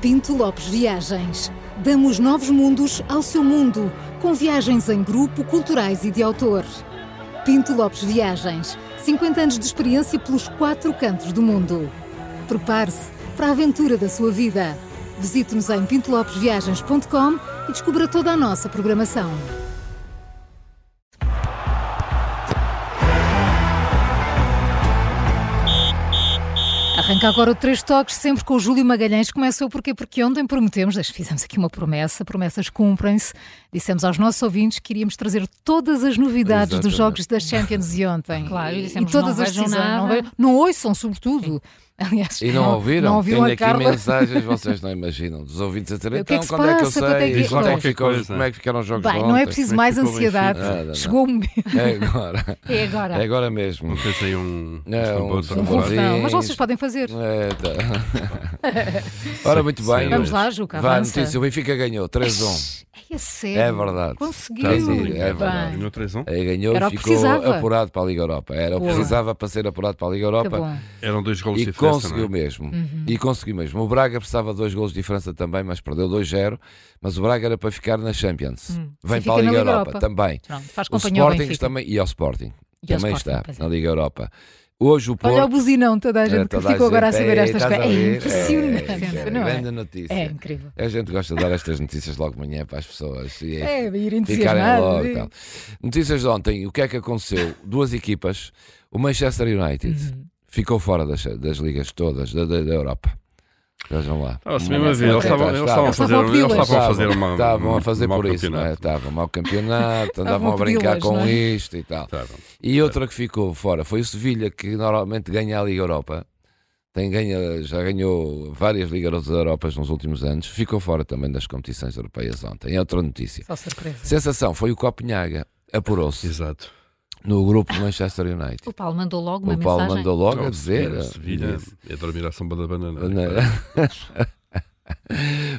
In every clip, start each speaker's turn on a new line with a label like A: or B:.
A: Pinto Lopes Viagens. Damos novos mundos ao seu mundo, com viagens em grupo, culturais e de autor. Pinto Lopes Viagens. 50 anos de experiência pelos quatro cantos do mundo. Prepare-se para a aventura da sua vida. Visite-nos em pintolopesviagens.com e descubra toda a nossa programação. Arranca agora o Três Toques, sempre com o Júlio Magalhães. Começa o porquê? Porque ontem prometemos, deixa- fizemos aqui uma promessa, promessas cumprem-se. Dissemos aos nossos ouvintes que iríamos trazer todas as novidades dos
B: Exatamente.
A: jogos das Champions de ontem.
C: Claro, e
A: e
C: dissemos,
A: todas
C: não
A: as
C: vejam
A: decisões. Não,
C: nada.
A: ve- não ouçam, sobretudo. Aliás,
B: E não ouviram?
A: Não ouviram
B: Tenho
A: a
B: aqui
A: Carla.
B: mensagens, vocês não imaginam, dos ouvintes a dizer,
A: O que é
B: então,
A: que se
B: quando é que eu
A: passa?
B: sei?
A: Quanto é que-
B: Diz lá
A: Pois.
B: como, é que ficou-
D: Coisa.
B: como é que ficaram os jogos de
A: Bem, não é
B: ontem?
A: preciso
D: como é
A: mais
D: que ficou o
A: ansiedade.
B: Benfica? Nada, não.
A: Chegou o momento.
B: É agora,
C: É agora.
B: é agora mesmo.
D: Não pensei em um.
B: É, um
D: um tambor,
A: Um
D: tambor.
B: tambor.
A: confusão. Mas
B: Sim.
A: vocês podem fazer.
B: É, tá. Ora, muito bem.
A: Vamos lá, Juca,
B: Vá,
A: avança.
B: notícia, o Benfica ganhou 3-1.
A: É sério.
B: É verdade.
A: Conseguiu.
B: Está sim,
A: Muito
B: é verdade.
A: bem.
D: Ganhou 3 1
B: Aí ganhou
A: Era o
B: e
A: que
B: ficou
A: precisava.
B: apurado para a Liga Europa. Era o que
A: Boa.
B: precisava para ser apurado para a Liga
A: Que
B: Europa.
A: bom.
D: Eram dois golos de
B: E
D: diferença.
B: conseguiu
D: não é?
B: mesmo.
A: Uhum.
B: E conseguiu mesmo. O Braga precisava de dois golos de diferença também, mas perdeu 2-0. Mas o Braga era para ficar na Champions. Vem
A: Sim,
B: para
A: Hum. fica na
B: a Liga
A: Liga
B: Europa,
A: Europa.
B: também.
C: Pronto, faz
B: O
C: companhia ao
B: Sporting
C: Benfica.
B: também. E ao Sporting.
C: E ao
B: também
C: Sporting,
B: está
C: pois é.
B: na Liga Europa. Hoje o Porto. Eh,
A: Olha o buzinão, toda a gente que
B: toda a
A: ficou agora a
B: gente-
A: saber
B: Ei,
A: estas
B: estás
A: coisas.
B: a
A: É
B: ver?
A: impressionante,
B: é,
A: não é?
B: grande notícia.
C: É incrível.
B: A gente gosta de dar estas notícias logo de manhã para as pessoas. E é
A: É, ir
B: Ficarem
A: entusiasmado.
B: logo. e Tal. Notícias de ontem: o que é que aconteceu? Duas equipas, o Manchester United
A: Uhum.
B: ficou fora das, das ligas todas da, da, da Europa. Vejam lá.
D: é? Estava-se mesmo a ver. Eles
B: Ok,
D: estavam
B: tá,
D: eles
B: estava.
D: estavam a fazer, um-
A: Estavam a
D: eles estavam a
B: Estavam-
D: fazer uma.
B: Estavam a fazer
D: um mau
B: por isso, não é?
D: campeonato.
B: Estavam ao campeonato,
A: Estavam
B: andavam a brincar
A: pedi-las, não
B: com
A: é?
B: isto e tal.
D: Estavam.
B: E outra que ficou fora foi o Sevilha, que normalmente ganha a Liga Europa. Tem, ganha, já ganhou várias Ligas Europas nos últimos anos. Ficou fora também das competições europeias ontem. É outra notícia.
C: Só surpresa.
B: Sensação foi o Copenhaga. Apurou-se
D: Exato.
B: no grupo do Manchester United.
C: O Paulo mandou logo uma
B: O Paulo
C: mensagem.
B: mandou logo a
D: Oh,
B: dizer. eh,
D: senhora, Sevilha é dormir à sombra da banana.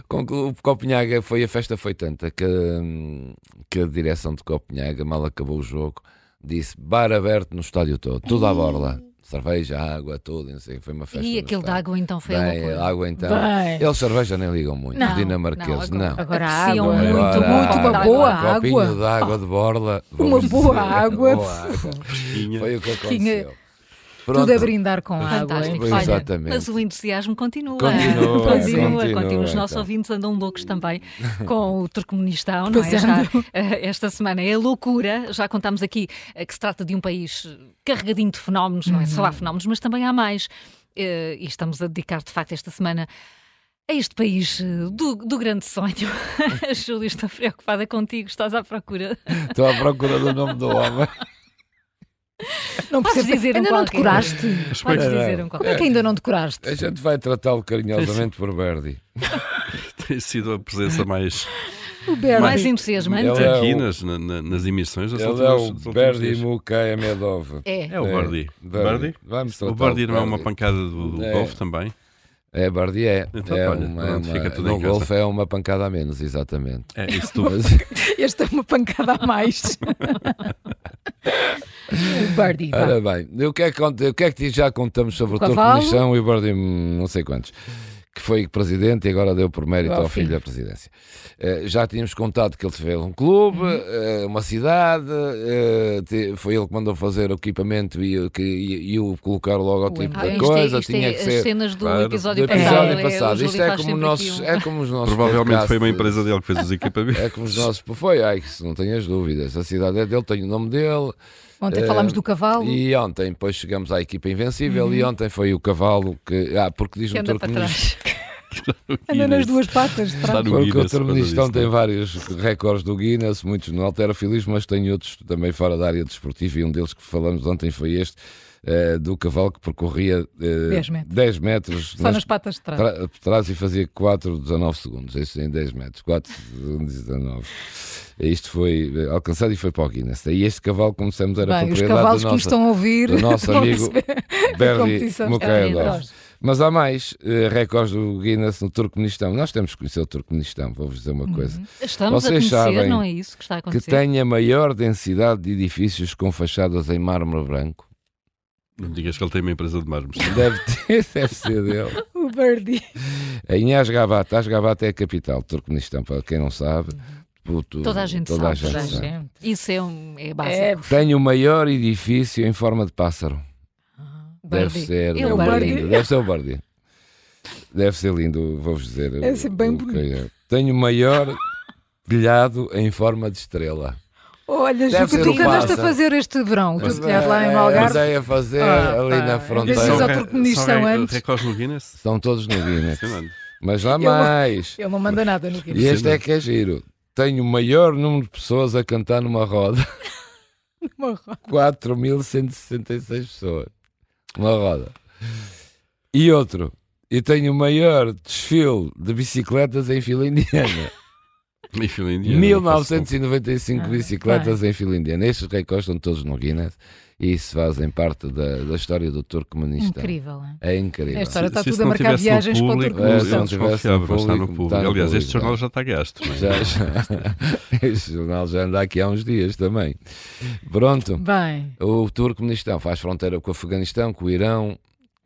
B: Conclu- né? O Copenhaga foi a festa foi tanta que, hum, que a direção de Copenhaga, mal acabou o jogo, disse bar aberto no estádio todo, tudo à borla, cerveja, água, tudo, não sei, foi uma festa.
C: E
B: no
C: aquilo da
B: estádio.
C: água então foi
B: Bem,
C: loucura.
B: água então.
A: Bem.
B: Eles cerveja nem ligam muito,
C: Não,
B: os dinamarqueses,
C: não,
B: não.
C: agora- agora há
A: Apreciam
C: água.
A: um muito,
B: Agora,
A: muito, uma
B: água,
A: boa
B: um copinho
A: água.
B: de água de borla.
A: Uma
B: vamos
A: boa
B: dizer,
A: água.
B: boa água. Foi o que
A: Tinha
B: aconteceu.
A: Tudo a
B: Pronto.
A: brindar com água. hein?
C: Fantástico.
B: Pois,
C: Olha,
B: exatamente.
C: mas o entusiasmo continua.
B: Continua,
C: continua.
B: continua,
C: continua. Os
B: então.
C: nossos ouvintes andam loucos também com o Turcomunistão, não é?
A: Pois
C: Já,
A: andam.
C: eh, esta semana é loucura. Já contámos aqui eh, que se trata de um país carregadinho de fenómenos, não é? Só há fenómenos, mas também há mais. Eh, E estamos a dedicar, de facto, esta semana. A este país eh, do, do grande sonho. Júlio, estou preocupada contigo, estás à procura.
B: Estou à procura do nome do homem.
A: Não
C: Podes
A: percebo. é
C: dizer um
A: Ainda não
C: qualquer.
A: decoraste?
C: Podes dizer um
A: Como é que ainda não decoraste?
B: A gente vai tratá-lo carinhosamente por Verdi.
D: Tem sido a presença mais
A: O Bernie.
C: Mais entusiasmante.
B: Ele é
D: aqui
B: o-
D: nas, na- na- nas emissões. das
B: Ele
D: últimas-
B: é
D: dos
B: o
D: últimos
B: Berdi
D: dias.
B: Mukayamedov.
C: É.
D: É o Bardi.
B: Bardi?
D: Bardi?
B: Vamos
D: O
B: tratá-lo
D: Bardi não é
B: Bardi.
D: uma pancada do do
B: É.
D: golfe também?
B: É, Bardi é.
D: Então,
B: é
D: olha,
B: uma,
D: pronto,
B: uma-
D: fica tudo
B: no
D: em casa.
B: golfe é uma pancada a menos, exatamente.
D: É, isso tu.
B: Mas,
A: Esta é uma pancada a mais. o Bernie. vá.
B: ora bem, o que, é que, cont- o que é que já contamos sobre o
A: Cavalo.
B: Turcomunistão e o Bardi hum, não sei quantos? Que foi presidente e agora deu por mérito
A: Ao
B: ao filho
A: fim.
B: da presidência. Eh, já tínhamos contado que ele teve um clube,
C: Uhum.
B: eh, uma cidade, eh, te- foi ele que mandou fazer o equipamento e, o que- e- e o colocar logo ao tipo
C: Ah,
B: da
C: isto é-
B: coisa.
C: isto é
B: tinha que
C: as
B: ser.
C: cenas do
D: Claro.
C: episódio,
B: do episódio passado.
C: passado. É, o
B: Isto
C: Júlio
B: é
C: faz
B: como,
C: sempre
B: nossos,
C: aqui um-
B: é como os nossos.
D: Provavelmente foi uma
B: podcasts.
D: empresa dele que fez os equipamentos.
B: É como os nossos. Foi, ai, que se não tenho as dúvidas. A cidade é dele, tenho o nome dele.
A: Ontem
B: eh,
A: falámos do cavalo.
B: E ontem, depois chegamos à equipa invencível. E ontem foi o cavalo que. Ah, porque
C: que
B: diz-me o
C: anda para
B: Turcomunistão.
C: trás.
A: Anda nas duas patas.
D: Está
B: Porque
D: no
B: o
D: Guinness, por causa
B: Turcomunistão
D: disso,
B: tem
D: não é?
B: vários recordes do Guinness, muitos no alterofilismo, mas tem outros também fora da área desportiva. E um deles que falamos ontem foi este. eh, do cavalo que percorria eh,
A: 10 metros.
B: 10 metros
A: Só
B: nas
A: nas patas de trás.
B: Tra- trás e fazia 4, 19 segundos, isso em 10 metros, 4, 19. Isto foi eh, alcançado e foi para o Guinness. E este cavalo, como dissemos, era
A: Bem, os
B: propriedade
A: cavalos
B: da
A: que nos
B: nossa,
A: estão a ouvir.
B: do nosso
A: vão
B: amigo
A: perceber.
B: Berdi
A: competição
C: É
A: está entre
B: Mukailov.
A: nós.
B: Mas há mais eh, recordes do Guinness no Turcomunistão. Nós temos que conhecer o Turcomunistão, vou-vos dizer
C: Uhum,
B: uma coisa.
C: Estamos
B: Vocês
C: a conhecer,
B: sabem
C: não é isso que está a
B: Que
C: acontecer?
B: tem a maior densidade de edifícios com fachadas em mármore branco.
D: Não digas que ele tem uma empresa de mármores.
B: Deve ter, deve ser dele.
A: O Bernie.
B: Em Asgabat, Asgabat é a capital do Turcomenistão, para quem não sabe. puto,
C: Uhum. Toda a gente
B: toda
C: sabe,
B: A
C: toda
B: gente sabe.
E: gente.
C: Isso é, um, é básico.
E: É,
B: Tem o maior edifício em forma de pássaro. Deve
C: Bardi.
B: ser,
C: É o
E: um
B: deve ser
C: Bardi.
B: lindo. Deve ser o Bardi. Deve ser lindo, vou-vos dizer.
E: É assim, bem
B: o que é. Tenho o maior telhado em forma de estrela. Deve
E: olha, Ju,
A: que
B: ser um
A: tu
B: o
E: tu
A: andaste a
B: pássaro.
A: fazer este verão, o teu
D: Mas
E: é-
A: telhado lá em
B: Eh,
E: Algarve.
B: Andei a fazer
E: Ah,
B: ali
E: pá.
B: na
E: Esses
D: São
B: fronteira.
D: é
E: outros-
D: re-
E: turcoministão
D: são re-
E: antes.
D: recordes no Guinness?
B: São todos no Guinness.
D: Impressionante.
B: Mas lá
E: Eu-
B: mais.
E: Ele não manda nada no
B: E
E: Guinness.
B: este é que é giro. Tenho o maior número de pessoas a cantar numa roda. 4.166 pessoas. Uma roda. E outro. E tenho o maior desfile de bicicletas em fila indiana.
D: Em fila indiana, não
B: 1995
E: Ah,
B: bicicletas em fila indiana. Estes recordes estão todos no Guinness e isso fazem parte da, da história do Turcomunistão.
C: Incrível, é?
B: É incrível.
E: Esta
D: posso-
E: hora está
D: se isso
E: tudo a
D: não
E: marcar
D: tivesse no
E: viagens para o
D: público,
E: Turcomunistão.
D: Eu
B: É, não tivesse no
D: desconfiava, mas está no
B: público,
D: público.
B: está no
D: Aliás, este
B: público,
D: jornal já está gasto. não é?
B: Já, já. Este jornal já anda aqui há uns dias também. Pronto.
E: Bem,
B: O Turcomunistão faz fronteira com o Afeganistão, com o Irão.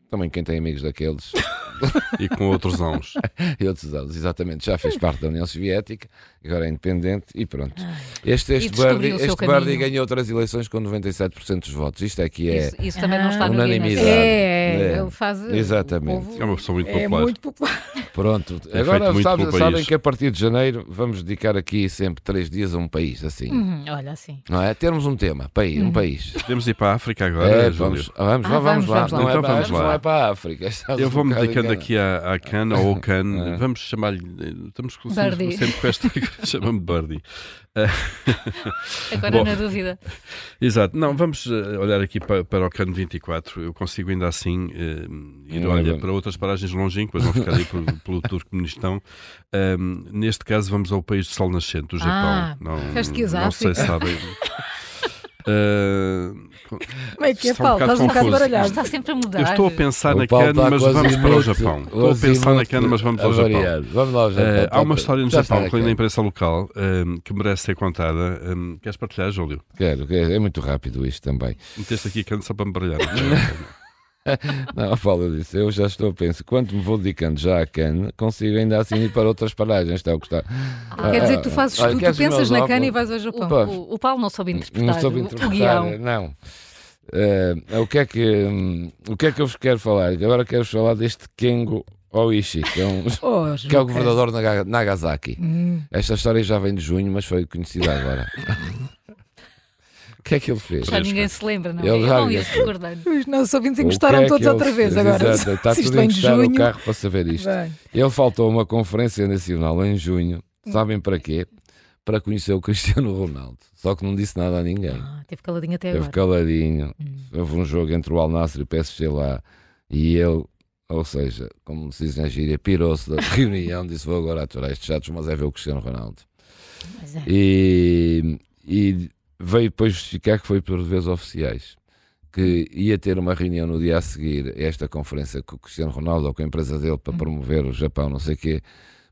B: Também quem tem amigos daqueles
D: E com outros anos.
B: e outros anos, exatamente. Já fez parte da União Soviética, agora é independente e pronto. Este,
C: E
B: este,
C: descobriu
B: Berdi,
C: o seu
B: este
C: caminho.
B: Berdi ganhou outras eleições com 97% dos votos. Isto é que é.
C: Isso, isso também não está no
B: Unanimidade.
C: Guinness.
E: é,
B: É.
E: ele faz.
B: Exatamente.
E: o povo-
D: É uma pessoa muito
E: É
D: popular.
E: muito popular.
B: Pronto.
D: Tem
B: agora
D: feito muito
B: sabe-
D: pelo país.
B: sabem que a partir de janeiro vamos dedicar aqui sempre três dias a um país, assim.
A: Hum,
E: Uhum, Olha assim.
B: Não é? Termos um tema, país, um país.
D: Podemos ir para a África agora,
B: É,
D: Júlio?
B: vamos, vamos,
E: Ah,
B: vamos
E: vamos,
B: lá.
E: vamos lá.
B: Não é
D: Então
B: para-
D: vamos lá.
B: não é para a África. Estás
D: Eu
B: um
D: vou-me
B: bocado
D: dedicando
B: enganado.
D: aqui à, à CAN, ao CAN,
B: É.
D: vamos chamar-lhe. eh, Estamos com-
C: Birdie.
D: sempre com esta. Chama-me Birdie.
C: É, Agora
D: Bom.
C: na dúvida.
D: Exato, não, vamos eh, olhar aqui para, para o CAN 24. Eu consigo ainda assim eh, ir
B: Ora
D: olha,
B: bem.
D: para outras paragens longínquas, vão ficar aí pelo, pelo Turcomunistão. Ahm, neste caso, vamos ao país de sol nascente, o Japão.
E: Ah,
D: não,
E: fez que
D: não sei
E: África.
D: se sabem. Ah,
E: Como é que é,
D: Está um
E: Paulo?
D: bocado
E: Estás um bocado
D: confuso.
E: baralhado.
C: Está sempre a mudar.
D: eu estou a
B: O
D: pensar tá na
B: Paulo
D: CAN,
B: está
D: mas
B: quase
D: vamos para o
B: inútil,
D: Japão. Estou a
B: quase
D: pensar na
B: inútil
D: CAN, mas vamos ao
B: a
D: Japão.
B: variar. Vamos lá ao Japão.
D: Eh, há
B: é Tá-
D: uma história no
B: já está
D: Japão que
B: aqui.
D: li na imprensa local ehm, que merece ser contada. Ehm, queres partilhar, Júlio?
B: Quero, quero. É muito rápido isto também.
D: Meteste aqui canto só para me é? baralhar.
B: Não, Paulo, eu disse, eu já estou a pensar, quanto me vou dedicando já à cana, consigo ainda assim ir para outras paragens, está a gostar. Ah,
E: Quer dizer que tu fazes
B: olha,
E: tudo, tu
B: queres os meus
E: pensas na cana e
B: óculos?
E: vais ao
C: O,
E: Japão.
B: Opa.
C: o- o Paulo não soube interpretar,
B: Não estou a
C: o- o
B: interpretar, é
C: guião.
B: não. Eh, o, que é que, hum, o que é que eu vos quero falar? Agora quero falar deste Kengo Oishi, que é, um-
E: Oh,
B: que é o
E: Juca.
B: governador de Naga- Nagasaki.
E: Hum.
B: Esta história já vem de junho, mas foi conhecida agora. o que é que ele fez?
C: Já ninguém se lembra, não é?
B: Eu
C: Eu
B: já
C: não
B: vi
C: ia
B: isso.
C: recordando.
E: Os nossos ouvintes
B: O que
E: encostaram
B: é que
E: todos
B: ele
E: outra vez
B: fez?
E: agora.
B: Exato, Está
E: Se isto
B: tudo a
E: vem de
B: encostar o
E: junho.
B: carro para saber isto.
E: Bem,
B: Ele faltou a uma conferência nacional em junho,
E: Hum.
B: sabem para quê? Para conhecer o Cristiano Ronaldo. Só que não disse nada a ninguém.
E: ah, teve caladinho até
B: Teve
E: agora. Hum.
B: caladinho. Houve um jogo entre o Al Nassr e o PSG lá. E ele, ou seja, como se diz na gíria, pirou-se da reunião, disse: Vou agora aturar estes chatos, mas é ver o Cristiano Ronaldo.
E: Mas é.
B: E, e veio depois justificar que foi por vezes oficiais. Que ia ter uma reunião no dia a seguir a esta conferência com o Cristiano Ronaldo ou com a empresa dele
E: Hum.
B: para promover o Japão, não sei o quê,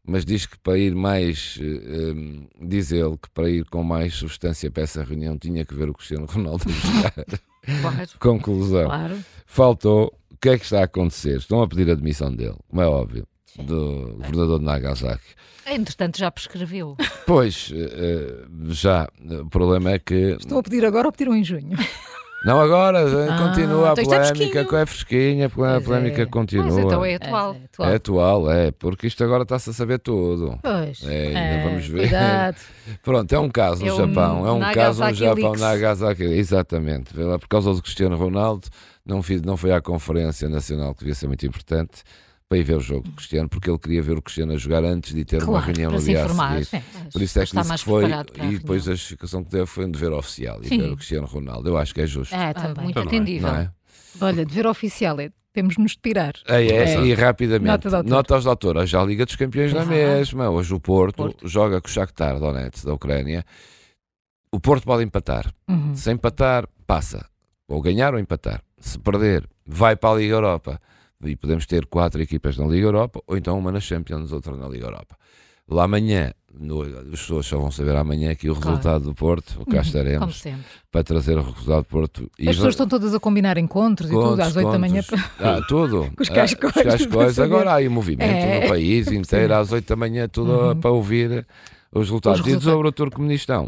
B: mas diz que para ir mais, eh, hum, diz ele que para ir com mais substância para essa reunião tinha que ver o Cristiano Ronaldo a jogar.
C: Claro,
B: Conclusão
C: claro.
B: faltou. O que é que está a acontecer? Estão a pedir a demissão dele, como é óbvio, do governador de Nagasaki.
C: Entretanto, já prescreveu.
B: Pois, eh, eh, já, eh, o problema é que.
E: Estão a pedir agora ou pediram em junho?
B: Não agora, eh,
E: Ah,
B: continua a
E: então isto é
B: polémica,
E: fresquinho.
B: co- é fresquinha, a
E: Pois
B: polémica
E: é.
B: continua.
C: Mas então é atual.
E: É, atual.
B: É atual, é, porque isto agora está-se a saber tudo.
E: Pois.
B: É, ainda vamos ver.
E: Cuidado.
B: Pronto, é um caso no
C: É um
B: Japão, é um caso no
C: Nagasaki
B: Japão,
C: Leaks.
B: Nagasaki, exatamente. Vê lá, Por causa do Cristiano Ronaldo, não, fiz, não foi à Conferência Nacional, que devia ser muito importante, para ir ver o jogo do Cristiano, porque ele queria ver o Cristiano a jogar antes de ter uma
C: Claro,
B: reunião
C: para
B: no
C: se
B: dia
C: informar.
B: a seguir.
C: Mas
B: Por isso é que
C: está
B: disse que
C: mais
B: foi,
C: preparado para a
B: e depois
C: reunião.
B: a justificação que deu foi um dever oficial, e
C: Sim.
B: ver o Cristiano Ronaldo. Eu acho que é justo,
E: É,
C: Ah,
E: também.
C: muito
D: Então não é.
C: atendível.
B: não é?
E: Olha, dever oficial é temos de nos tirar.
B: É, é,
E: É.
B: E rapidamente,
E: Nota de autor.
B: notas de autor. Hoje há a Liga dos Campeões na
C: Exato.
B: mesma. Hoje o Porto, joga com o Shakhtar Donetsk da Ucrânia. O Porto pode empatar.
E: Uhum.
B: Se empatar, passa. Ou ganhar ou empatar. Se perder, vai para a Liga Europa. E podemos ter quatro equipas na Liga Europa, ou então uma na Champions, outra na Liga Europa. Lá amanhã, no- as pessoas só vão saber amanhã aqui o
C: Claro.
B: resultado do Porto, cá
C: Como
B: estaremos
C: sempre.
B: para trazer o resultado do Porto. E
E: Uhum. As
B: va-
E: pessoas estão todas a combinar encontros e tudo, às
B: Contos,
E: 8 da manhã.
B: contos. Ah, tudo.
E: Com os
B: Ah,
E: cascóis,
B: os cascóis.
E: para saber.
B: Agora há aí movimento
E: É.
B: no país inteiro, às 8 da manhã, tudo
E: Uhum.
B: para ouvir os resultados.
E: Os
B: E
E: resultados.
B: sobre o Turcomunistão,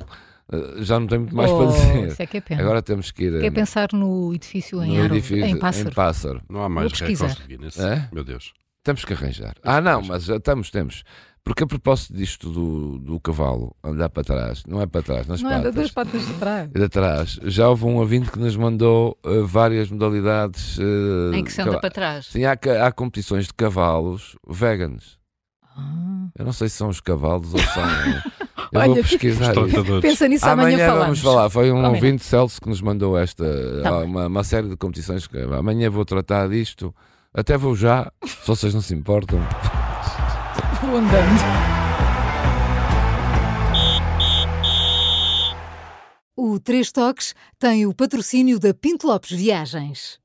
B: ah, já não tem muito mais
E: Oh,
B: para dizer.
E: Isso é que é pena.
B: Agora temos que ir
E: Quer
B: ah,
E: É pensar no edifício em
B: no
E: árvore,
B: edifício
E: em pássaro.
D: Não há mais
E: Vou pesquisar.
D: recordes de Guinness.
B: É?
D: Meu Deus.
B: Temos que arranjar. Ah, não, mas já estamos, temos. Porque a propósito disto do, do cavalo andar para trás, não é para trás, nas
E: não
B: patas. é
E: anda duas patas de trás.
B: de trás. Já houve um ouvinte que nos mandou ah, várias modalidades. ah,
C: Em que se
B: cava-
C: anda para trás.
B: Sim, há, ca- há competições de cavalos veganos. Eu não sei se são os cavalos ou são. eh, Eu
E: Ah. Olha,
B: vou pesquisar.
D: Os
B: isso.
D: trotadores.
E: Pensa nisso amanhã,
B: Amanhã
E: falamos.
B: vamos falar. Foi um
E: Combinado.
B: ouvinte Celso que nos mandou esta
E: Tá bem.
B: uma, uma série de competições. que- Amanhã vou tratar disto. Até vou já, se vocês não se importam.
E: Vou andando.
A: O Três Toques tem o patrocínio da Pinto Lopes Viagens.